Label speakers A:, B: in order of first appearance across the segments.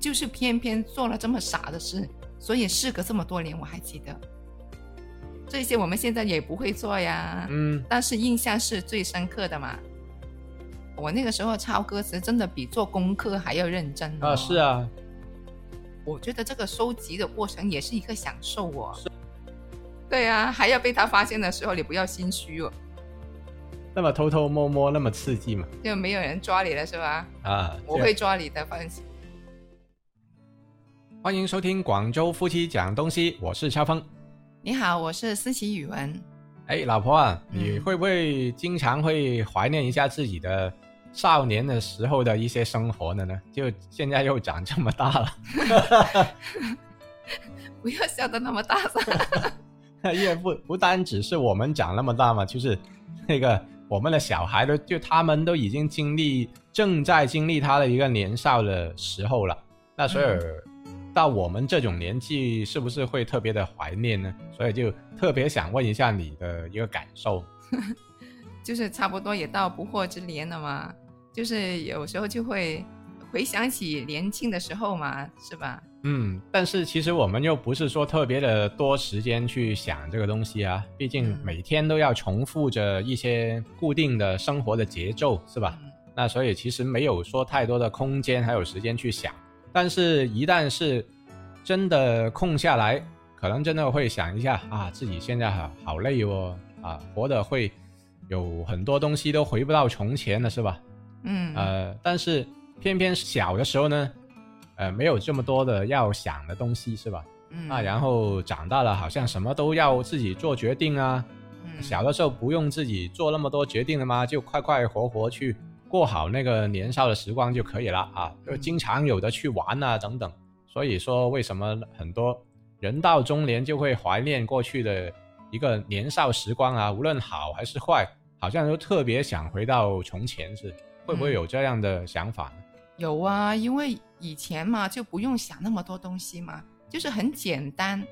A: 就是偏偏做了这么傻的事，所以事隔这么多年我还记得。这些我们现在也不会做呀，
B: 嗯，
A: 但是印象是最深刻的嘛。我那个时候抄歌词真的比做功课还要认真、哦、
B: 啊，是，啊，
A: 我觉得这个收集的过程也是一个享受哦。 对呀、还要被他发现的时候，你不要心虚哦，
B: 那么偷偷摸摸，那么刺激嘛，
A: 就没有人抓你了是吧？
B: 啊，
A: 我
B: 这
A: 会抓你的，放心。
B: 欢迎收听广州夫妻讲东西，我是超峰。
A: 你好，我是思琪语文。
B: 哎，老婆啊，
A: 嗯
B: 你会不会经常会怀念一下自己的少年的时候的一些生活的呢？就现在又长这么大
A: 不要笑得那么大声。
B: 了， 也不不单只是我们长那么大嘛，就是那个我们的小孩都就他们都已经经历正在经历他的一个年少的时候了，那所以到我们这种年纪，是不是会特别的怀念呢？所以就特别想问一下你的一个感受。
A: 就是差不多也到不惑之年了嘛，就是有时候就会回想起年轻的时候嘛，是吧？
B: 嗯，但是其实我们又不是说特别的多时间去想这个东西啊，毕竟
A: 嗯
B: 每天都要重复着一些固定的生活的节奏，是吧？
A: 嗯
B: 那所以其实没有说太多的空间还有时间去想，但是一旦是真的空下来，可能真的会想一下啊，自己现在好好累哦，啊，活得会有很多东西都回不到从前了，是吧？
A: 嗯，
B: 呃，但是偏偏小的时候呢，呃，没有这么多的要想的东西，是吧？
A: 嗯
B: 啊，然后长大了，好像什么都要自己做决定啊。
A: 嗯
B: 小的时候不用自己做那么多决定了吗？就快快活活去过好那个年少的时光就可以了啊！就
A: 嗯
B: 经常有的去玩啊，等等。所以说，为什么很多人到中年就会怀念过去的一个年少时光啊？无论好还是坏，好像都特别想回到从前是？会不会
A: 嗯
B: 有这样的想法呢？
A: 有啊，因为以前嘛就不用想那么多东西嘛，就是很简单，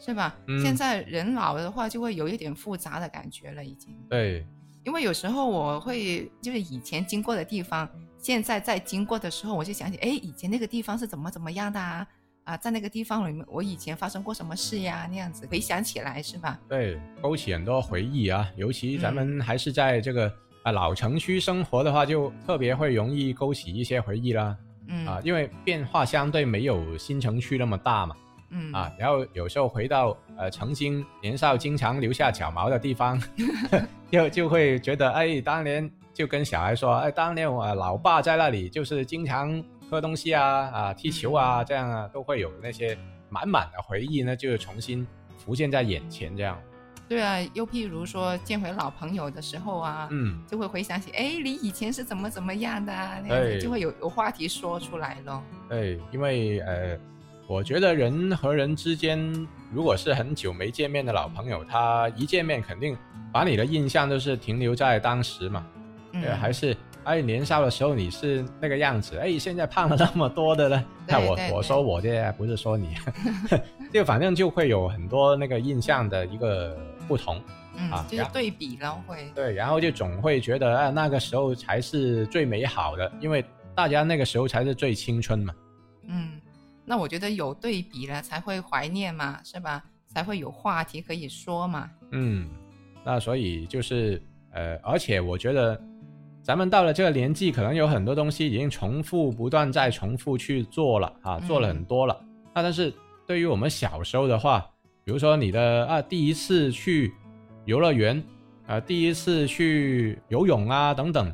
A: 是吧？
B: 嗯
A: 现在人老了的话，就会有一点复杂的感觉了，已经。
B: 对，
A: 因为有时候我会就是以前经过的地方，现在在经过的时候，我就想起，哎，以前那个地方是怎么怎么样的啊？啊，在那个地方里面，我以前发生过什么事呀？那样子回想起来是吧？
B: 对，勾起很多回忆啊，尤其咱
A: 嗯
B: 们还是在这个、啊老城区生活的话，就特别会容易勾起一些回忆啦
A: 嗯
B: 啊，因为变化相对没有新城区那么大嘛
A: 嗯
B: 啊，然后有时候回到呃曾经年少经常留下脚毛的 地方，就就会觉得哎，当年就跟小孩说，哎，当年我老爸在那里就是经常喝东西啊啊踢球
A: 嗯
B: 啊这样啊，都会有那些满满的回忆呢，就重新浮现在眼前这样，
A: 对啊，又譬如说见回老朋友的时候啊，
B: 嗯。
A: 就会回想起，哎，你以前是怎么怎么样的啊？那样
B: 哎
A: 子就会有有话题说出来咯。
B: 对，哎因为呃，我觉得人和人之间，如果是很久没见面的老朋友，他一见面肯定把你的印象都是停留在当时嘛，
A: 嗯，
B: 呃还是哎年少的时候你是那个样子，哎现在胖了那么多的呢。 那
A: 对
B: 我
A: 对
B: 我
A: 对
B: 说我这不是说你， 就反正就会有很多那个印象的一个不同。
A: 嗯
B: 啊，
A: 就是
B: 然后
A: 对比咯，会，
B: 对，然后就总会觉得啊，那个时候才是最美好的，因为大家那个时候才是最青春嘛。
A: 嗯，那我觉得有对比了才会怀念嘛，是吧？才会有话题可以说嘛。
B: 嗯，那所以就是呃，而且我觉得咱们到了这个年纪，可能有很多东西已经重复不断在重复去做了啊，做了很多了。那但是对于我们小时候的话，比如说你的啊第一次去游乐园，啊第一次去游泳啊等等，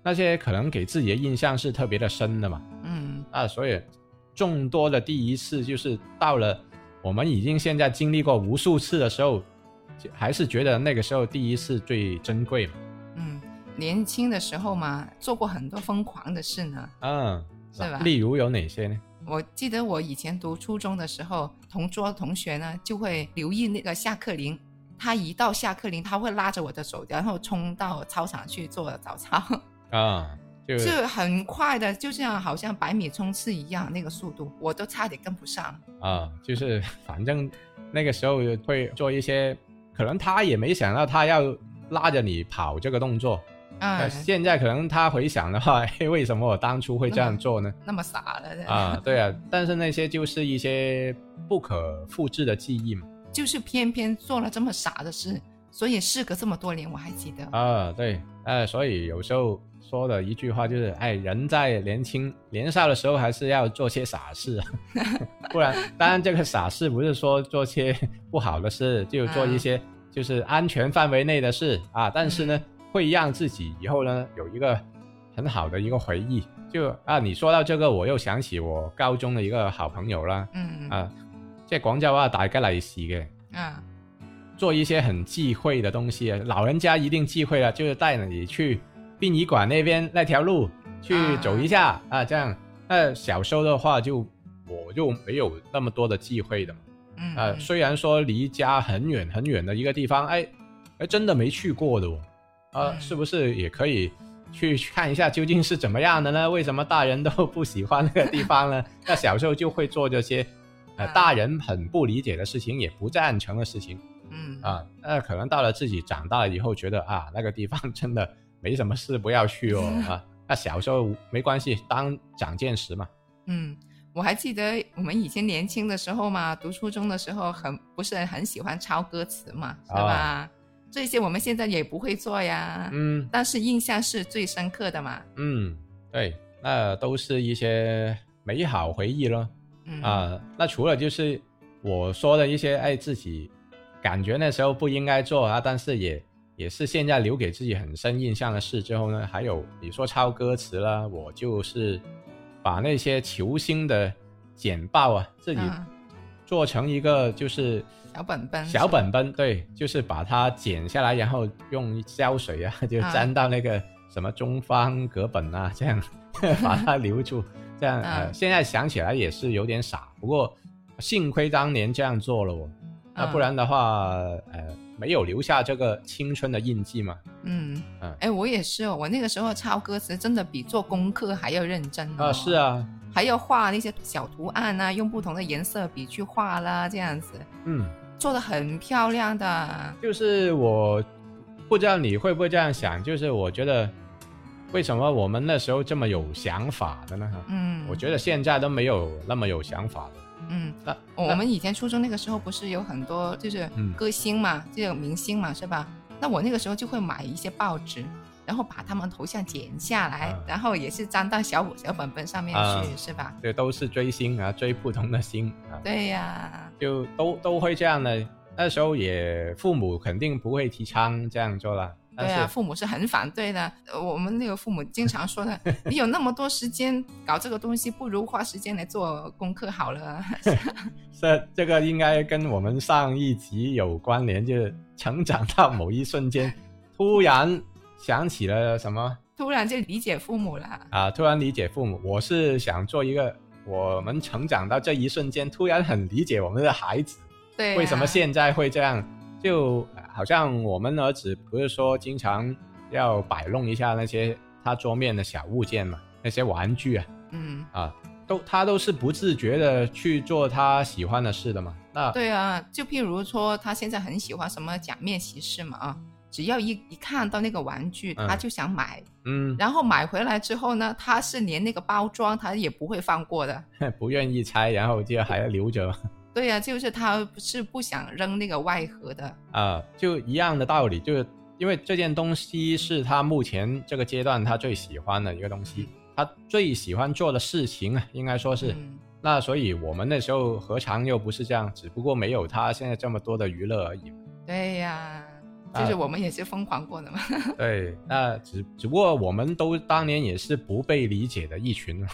B: 那些可能给自己的印象是特别的深的嘛。
A: 嗯，
B: 啊，所以众多的第一次就是到了我们已经现在经历过无数次的时候，就还是觉得那个时候第一次最珍贵嘛。
A: 嗯，年轻的时候嘛，做过很多疯狂的事呢。
B: 嗯，
A: 是吧
B: 例如有哪些呢？
A: 我记得我以前读初中的时候，同桌同学呢就会留意那个下课铃，他一到下课铃，他会拉着我的手，然后冲到操场去做早 操，
B: 啊，就
A: 就很快的，就这样好像百米冲刺一样那个速度，我都差点跟不上。
B: 啊，就是反正那个时候会做一些，可能他也没想到他要拉着你跑这个动作那
A: 嗯，
B: 现在可能他回想的话， 嘿，为什么我当初会这样做呢？
A: 那么傻了，
B: 啊，对啊，但是那些就是一些不可复制的记忆嘛。
A: 就是偏偏做了这么傻的事，所以事隔这么多年我还记得。
B: 啊，对，呃，所以有时候说的一句话就是，哎，人在年轻年少的时候还是要做些傻事 啊，不然，当然这个傻事不是说做些不好的事，就做一些就是安全范围内的事啊，但是呢，会让自己以后呢有一个很好的一个回忆。就啊，你说到这个，我又想起我高中的一个好朋友啦，
A: 嗯
B: 啊，即係廣州話大吉利是嘅。
A: 啊
B: 做一些很忌讳的东西，啊老人家一定忌讳了，就是带你去殡仪馆那边那条路去走一下啊这样。那小时候的话就，我就没有那么多的忌讳的嘛。
A: 嗯
B: 啊，虽然说离家很远很远的一个地方，哎，哎，真的没去过的哦。啊，
A: 嗯
B: 是不是也可以去看一下究竟是怎么样的呢？为什么大人都不喜欢那个地 方呢？那小时候就会做这些，呃，
A: 啊
B: 大人很不理解的事情，也不赞成的事情。
A: 嗯
B: 啊，那可能到了自己长大了以后，觉得啊，那个地方 真的没什么事，不要去哦啊。那小时候没关系，当长见识嘛。
A: 嗯，我还记得我们以前年轻的时候嘛，读初中的时候很不是很喜欢抄歌词嘛，是吧？这些我们现在也不会做呀，
B: 啊嗯
A: 但是印象是最深刻的嘛。
B: 嗯，对，那都是一些美好回忆咯。
A: 嗯，
B: 啊，那除了就是我说的一些，哎，自己感觉那时候不应该做啊，但是也也是现在留给自己很深印象的事之后呢，还有你说抄歌词啦，我就是把那些球星的简报啊，自己
A: 嗯
B: 做成一个就是
A: 小本本是吧，
B: 小本本，对，就是把它剪下来，然后用胶水啊，就
A: 啊
B: 粘到那个什么中方格本啊，这样把它留住。这样呃，
A: 嗯
B: 现在想起来也是有点傻，不过幸亏当年这样做了我，那
A: 嗯
B: 不然的话，呃，没有留下这个青春的印记嘛。
A: 嗯
B: 嗯，
A: 哎，我也是哦，我那个时候抄歌词真的比做功课还要认真哦
B: 啊，是，啊，
A: 还要画那些小图案啊，用不同的颜色笔去画啦，这样子
B: 嗯，
A: 做的很漂亮的。
B: 就是我不知道你会不会这样想，就是我觉得为什么我们那时候这么有想法的呢？哈
A: 嗯，
B: 我觉得现在都没有那么有想法了。
A: 嗯
B: 那，
A: 我
B: 那
A: 我们以前初中那个时候不是有很多就是
B: 嗯
A: 歌星嘛，这种明星嘛，是吧？那我那个时候就会买一些报纸，然后把他们头像剪下来，
B: 啊
A: 然后也是粘到小小本本上面去，
B: 啊
A: 是吧？
B: 这都是追星啊，追不同的星啊，
A: 对呀、
B: 就都都会这样的。那时候也父母肯定不会提倡这样做啦，但
A: 对啊
B: 是、
A: 呀、父母是很反对的。呃我们那个父母经常 说的，你有那么多时间搞这个东西，不如花时间来做功课好了。
B: 这这个应该跟我们上一集有关联，就是成长到某一瞬间，突然想起了什么
A: 突然就理解父母了。
B: 啊，突然理解父母。我是想做一个，我们成长到这一瞬间，突然很理解我们的孩子。
A: 对、啊
B: 为什么？现在会这样？就呃好像我们儿子不是说经常要摆弄一下那些他桌面的小物件嘛，那些玩具啊
A: 嗯，
B: 啊，都他都是不自觉的去做他喜欢的事的嘛。那
A: 对啊，就譬如说，他现在很喜欢什么假面骑士嘛啊，只要一一看到那个玩具，
B: 嗯
A: 他就想买，
B: 嗯，
A: 然后买回来之后呢，他是连那个包装他也不会放过的。
B: 不愿意拆，然后就还要留着
A: 对呀、就是他是不想扔那个外盒的。
B: 啊，就一样的道理，就是因为这件东西是他目前这个阶段他最喜欢的一个东西，他最喜欢做的事情啊，应该说是。
A: 嗯
B: 那所以我们那时候何尝又不是这样？只不过没有他现在这么多的娱乐而 已嘛。
A: 对呀、
B: 啊
A: 就是我们也是疯狂过 的嘛。
B: 对，那只只不过我们都当年也是不被理解的一群嘛。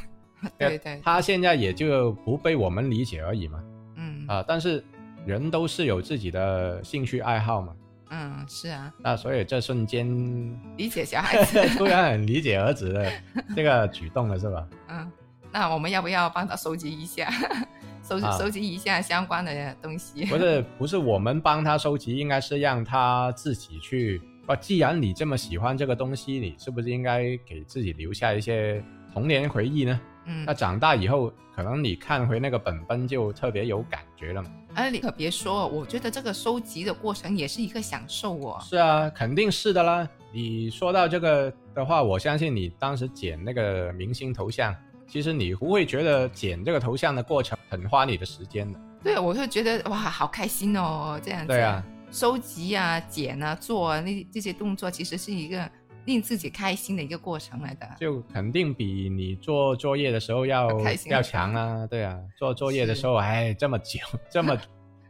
A: 对 对，
B: 他现在也就不被我们理解而已嘛。
A: 嗯
B: 啊、但是人都是有自己的兴趣爱好嘛。
A: 嗯，是啊，
B: 那所以这瞬间
A: 理解小孩子。
B: 突然很理解儿子的这个举动了，是吧？
A: 嗯，那我们要不要帮他收集一下， 收集
B: 啊
A: 收集一下相关的东西？
B: 不是不是我们帮他收集，应该是让他自己去。啊，既然你这么喜欢这个东西，你是不是应该给自己留下一些童年回忆呢？
A: 嗯
B: 那，长大以后，可能你看回那个本本就特别有感觉了嘛。
A: 哎，你可别说，我觉得这个收集的过程也是一个享受哦。
B: 是啊，肯定是的啦。你说到这个的话，我相信你当时剪那个明星头像，其实你不会觉得剪这个头像的过程很花你的时间的。
A: 对，我会觉得哇，好开心哦，这样子。
B: 对啊，
A: 收集啊、剪啊、做啊那这些动作，其实是一个令自己开心的一个过程来的。
B: 就肯定比你做作业的时候要
A: 开心
B: 要强啊，对啊，做作业的
A: 是
B: 时候，哎，这么久， 这么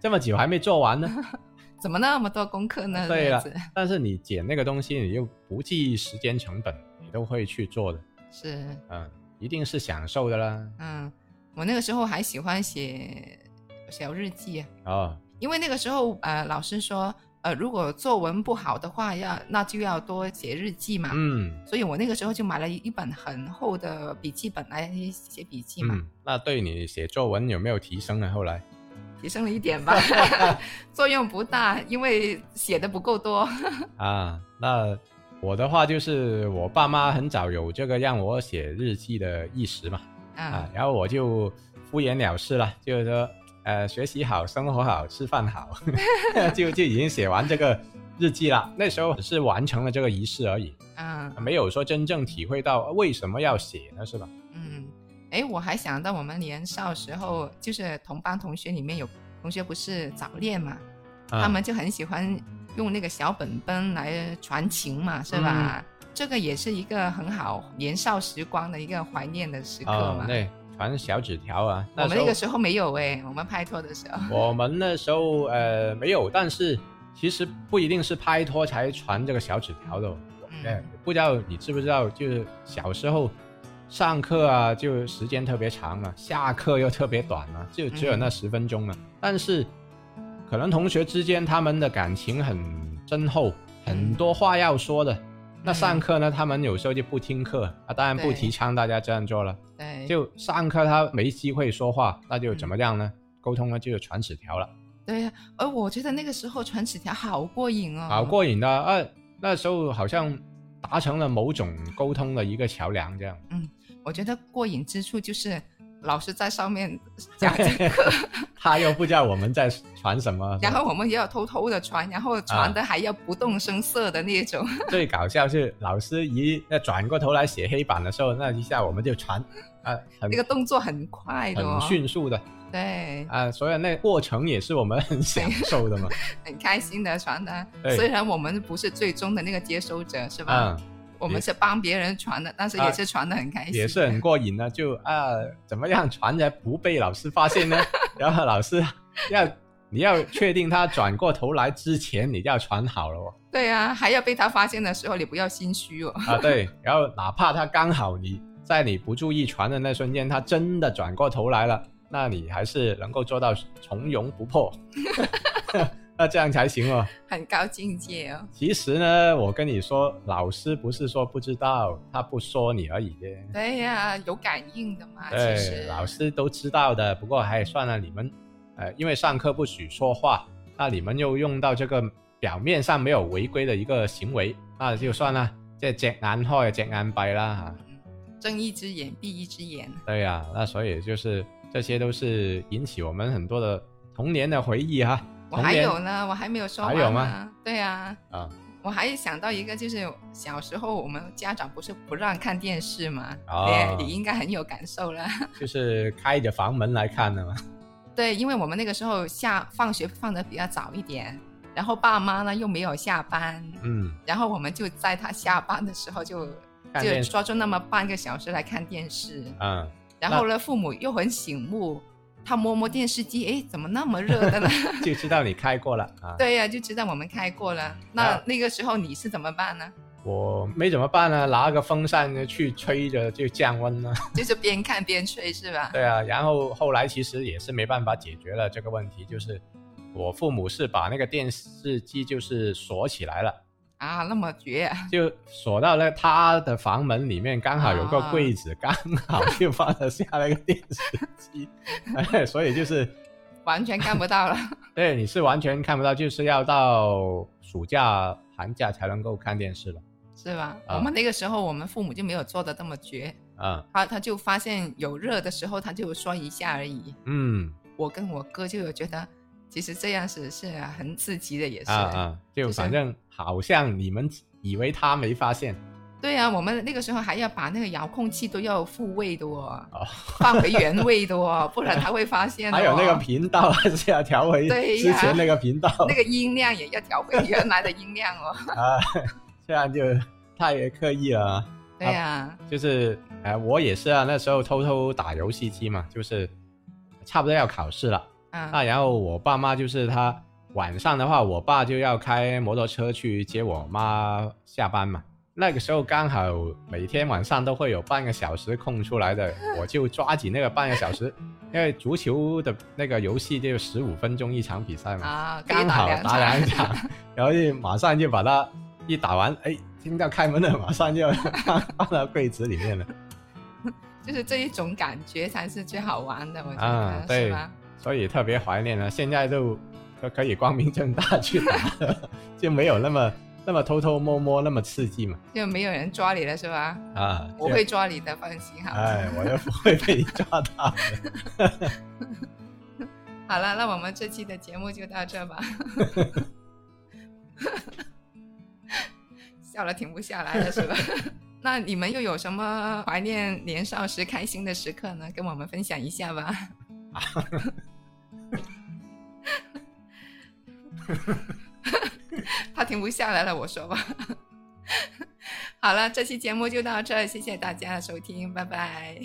B: 这么久还没做 完呢。
A: 怎么那么多功课呢？
B: 对啊
A: 这样
B: 了
A: 子，
B: 但是你剪那个东西，你又不计时间成本，你都会去做的，
A: 是
B: 嗯，一定是享受的啦。
A: 嗯，我那个时候还喜欢写小日记、啊
B: 哦，
A: 因为那个时候呃，老师说呃，如果作文不好的话，要那就要多写日记嘛。
B: 嗯
A: 所以我那个时候就买了一本很厚的笔记本来写笔记嘛，
B: 嗯，那对你写作文有没有提升呢？啊后来，
A: 提升了一 点吧，作用不大，因为写的不够多。
B: 啊，那我的话就是我爸妈很早有这个让我写日记的意识嘛，啊
A: 啊，，
B: 然后我就敷衍了事了，就是说，呃，学习好，生活好，吃饭好， 就就已经写完这个日记了。那时候只是完成了这个仪式而已，
A: 嗯
B: 没有说真正体会到呃为什么要写呢，是吧？
A: 嗯，哎，我还想到我们年少时候，就是同班同学里面有同学不是早恋嘛，
B: 啊
A: 他们就很喜欢用那个小本本来传情嘛，是吧？
B: 嗯
A: 这个也是一个很好年少时光的一个怀念的时刻
B: 啊
A: 嘛。，
B: 对，传小纸条啊，
A: 我
B: 那
A: 们
B: 时
A: 那
B: 候
A: 个时候没有哎、我们拍拖的时候，
B: 我们那时候呃没有，但是其实不一定是拍拖才传这个小纸条的哦。
A: 嗯
B: 呃，不知道你知不知道，就是小时候上课啊，就时间特别长了，下课又特别短了，就只有
A: 嗯
B: 那十分钟了。啊但是可能同学之间他们的感情很深厚，
A: 嗯
B: 很多话要说的。那上课呢，他们有时候就不听课啊，当然不
A: 对
B: 提倡大家这样做了。
A: 对，嗯
B: 就上课他没机会说话，那就怎么样呢？沟通呢就是传纸条了，
A: 对呀。而我觉得那个时候传纸条好过瘾哦，
B: 好过瘾的啊！那时候好像达成了某种沟通的一个桥梁，这样。
A: 我觉得过瘾之处就是老师在上 面讲这个，
B: 他又不知道我们在传什么。
A: 然后我们也要偷偷的传，然后
B: 啊
A: 传的还要不动声色的那种。
B: 最搞笑是老师一那转过头来写黑板的时候，那一下我们就传啊，很
A: 那个动作很快的、哦，
B: 很迅速的
A: 对，
B: 啊，所以那过程也是我们很享受的 嘛。
A: 很开心的传达。
B: 对
A: 虽然我们不是最终的那个接收者，是吧？
B: 嗯，
A: 我们是帮别人传的，但是也是传的很开心，
B: 啊也是很过瘾的，就啊，怎么样传才不被老师 发现呢？然后老师要你要确定他转过头来之前，你就要传好了哦。
A: 对啊，还要被他发现的时候，你不要心虚哦。
B: 啊，对，然后哪怕他刚好你在你不注意传的那瞬间，他真的转过头来了，那你还是能够做到从容不迫， 那这样才行哦。
A: 很高境界哦。
B: 其实呢，我跟你说，老师不是说不知道，他不说你而已啫。
A: 对呀、有感应的嘛，啊其
B: 对，
A: 实
B: 哎老师都知道的。不过还算了，你们，呃，因为上课不许说话，那你们又用到这个表面上没有违规的一个行为，那就算了，即系隻眼開隻眼閉啦啊吓。
A: 嗯睁一只眼闭一只眼。
B: 对呀、那所以就是这些都是引起我们很多的童年的回忆哈。
A: 我
B: 童
A: 还
B: 年
A: 有呢，我还没有说完
B: 还有
A: 呢
B: 吗。
A: 对啊，
B: 啊
A: 我还想到一个，就是小时候我们家长不是不让看电视嘛，
B: 哦
A: 你你应该很有感受了。
B: 就是开着房门来看的嘛。
A: 对，因为我们那个时候下放学放的比较早一点，然后爸妈呢又没有下班，
B: 嗯，
A: 然后我们就在他下班的时候就
B: 看
A: 就
B: 电视。
A: 抓住那么半个小时来看电视，
B: 嗯，
A: 然后呢父母又很醒目，他摸摸电视机，哎，怎么那么热 的呢？
B: 就知道你开过了啊。
A: 对呀、就知道我们开过了。那
B: 啊
A: 那个时候你是怎么办呢？
B: 我没怎么办呢，拿个风扇去吹着就降温了。
A: 就是边看边吹是吧？
B: 对啊，然后后来其实也是没办法解决了这个问题，就是我父母是把那个电视机就是锁起来了，
A: 啊，那么绝啊、
B: 就锁到那他的房门里面，刚好有个柜子，刚好就放得下那个电视 机，哎所以就是
A: 完全看不到了。
B: 对你是完全看不到，就是要到暑假寒假才能够看电视了。
A: 是吧？
B: 啊
A: 我们那个时候，我们父母就没有做的这么绝，
B: 啊，
A: 他他就发现有热的时候，他就说一下而已。
B: 嗯，
A: 我跟我哥就有觉得，啊其实这样子是很刺激的，也是。
B: 啊啊，就
A: 就是
B: 反正好像你们以为他没发现
A: 对啊，我们那个时候还要把那个遥控器都要复位的哦，
B: 哦，
A: 放回原位的哦，不然他会发现、哦。
B: 还有那个频道还是要调回
A: 对
B: 之
A: 呀
B: 前那个频 道
A: 那个音量也要调回原来的音量哦。
B: 啊，这样就太刻意了啊。
A: 对呀、
B: 就是哎、呃我也是啊，那时候偷偷打游戏机嘛，就是差不多要考试了。
A: 啊，
B: 那然后我爸妈就是他晚上的话，我爸就要开摩托车去接我妈下班嘛。那个时候刚好每天晚上都会有半个小时空出来的，我就抓紧那个半个小时，因为足球的那个游戏就十五分钟一场比赛嘛，
A: 啊，可以
B: 刚好
A: 两
B: 打两
A: 场。
B: 场，然后就马上就把它一打完，哎，听到开门了，马上就放放到柜子里面了。
A: 就是这一种感觉才是最好玩的，我觉得、
B: 啊，
A: 是
B: 对
A: 吧？，
B: 所以特别怀念了。现在就都可以光明正大去打了，就没有那么那么偷偷摸摸那么刺激嘛。
A: 就没有人抓你了，是吧？
B: 啊，
A: 我
B: 就
A: 会，抓你的，放心好。
B: 哎，我又不会被你抓到。
A: 好了，那我们这期的节目就到这吧。 笑了停不下来了，是吧？那你们又有什么怀念年少时开心的时刻呢？跟我们分享一下吧。他停不下来了，我说吧。好了，这期节目就到这儿，谢谢大家的收听，拜拜。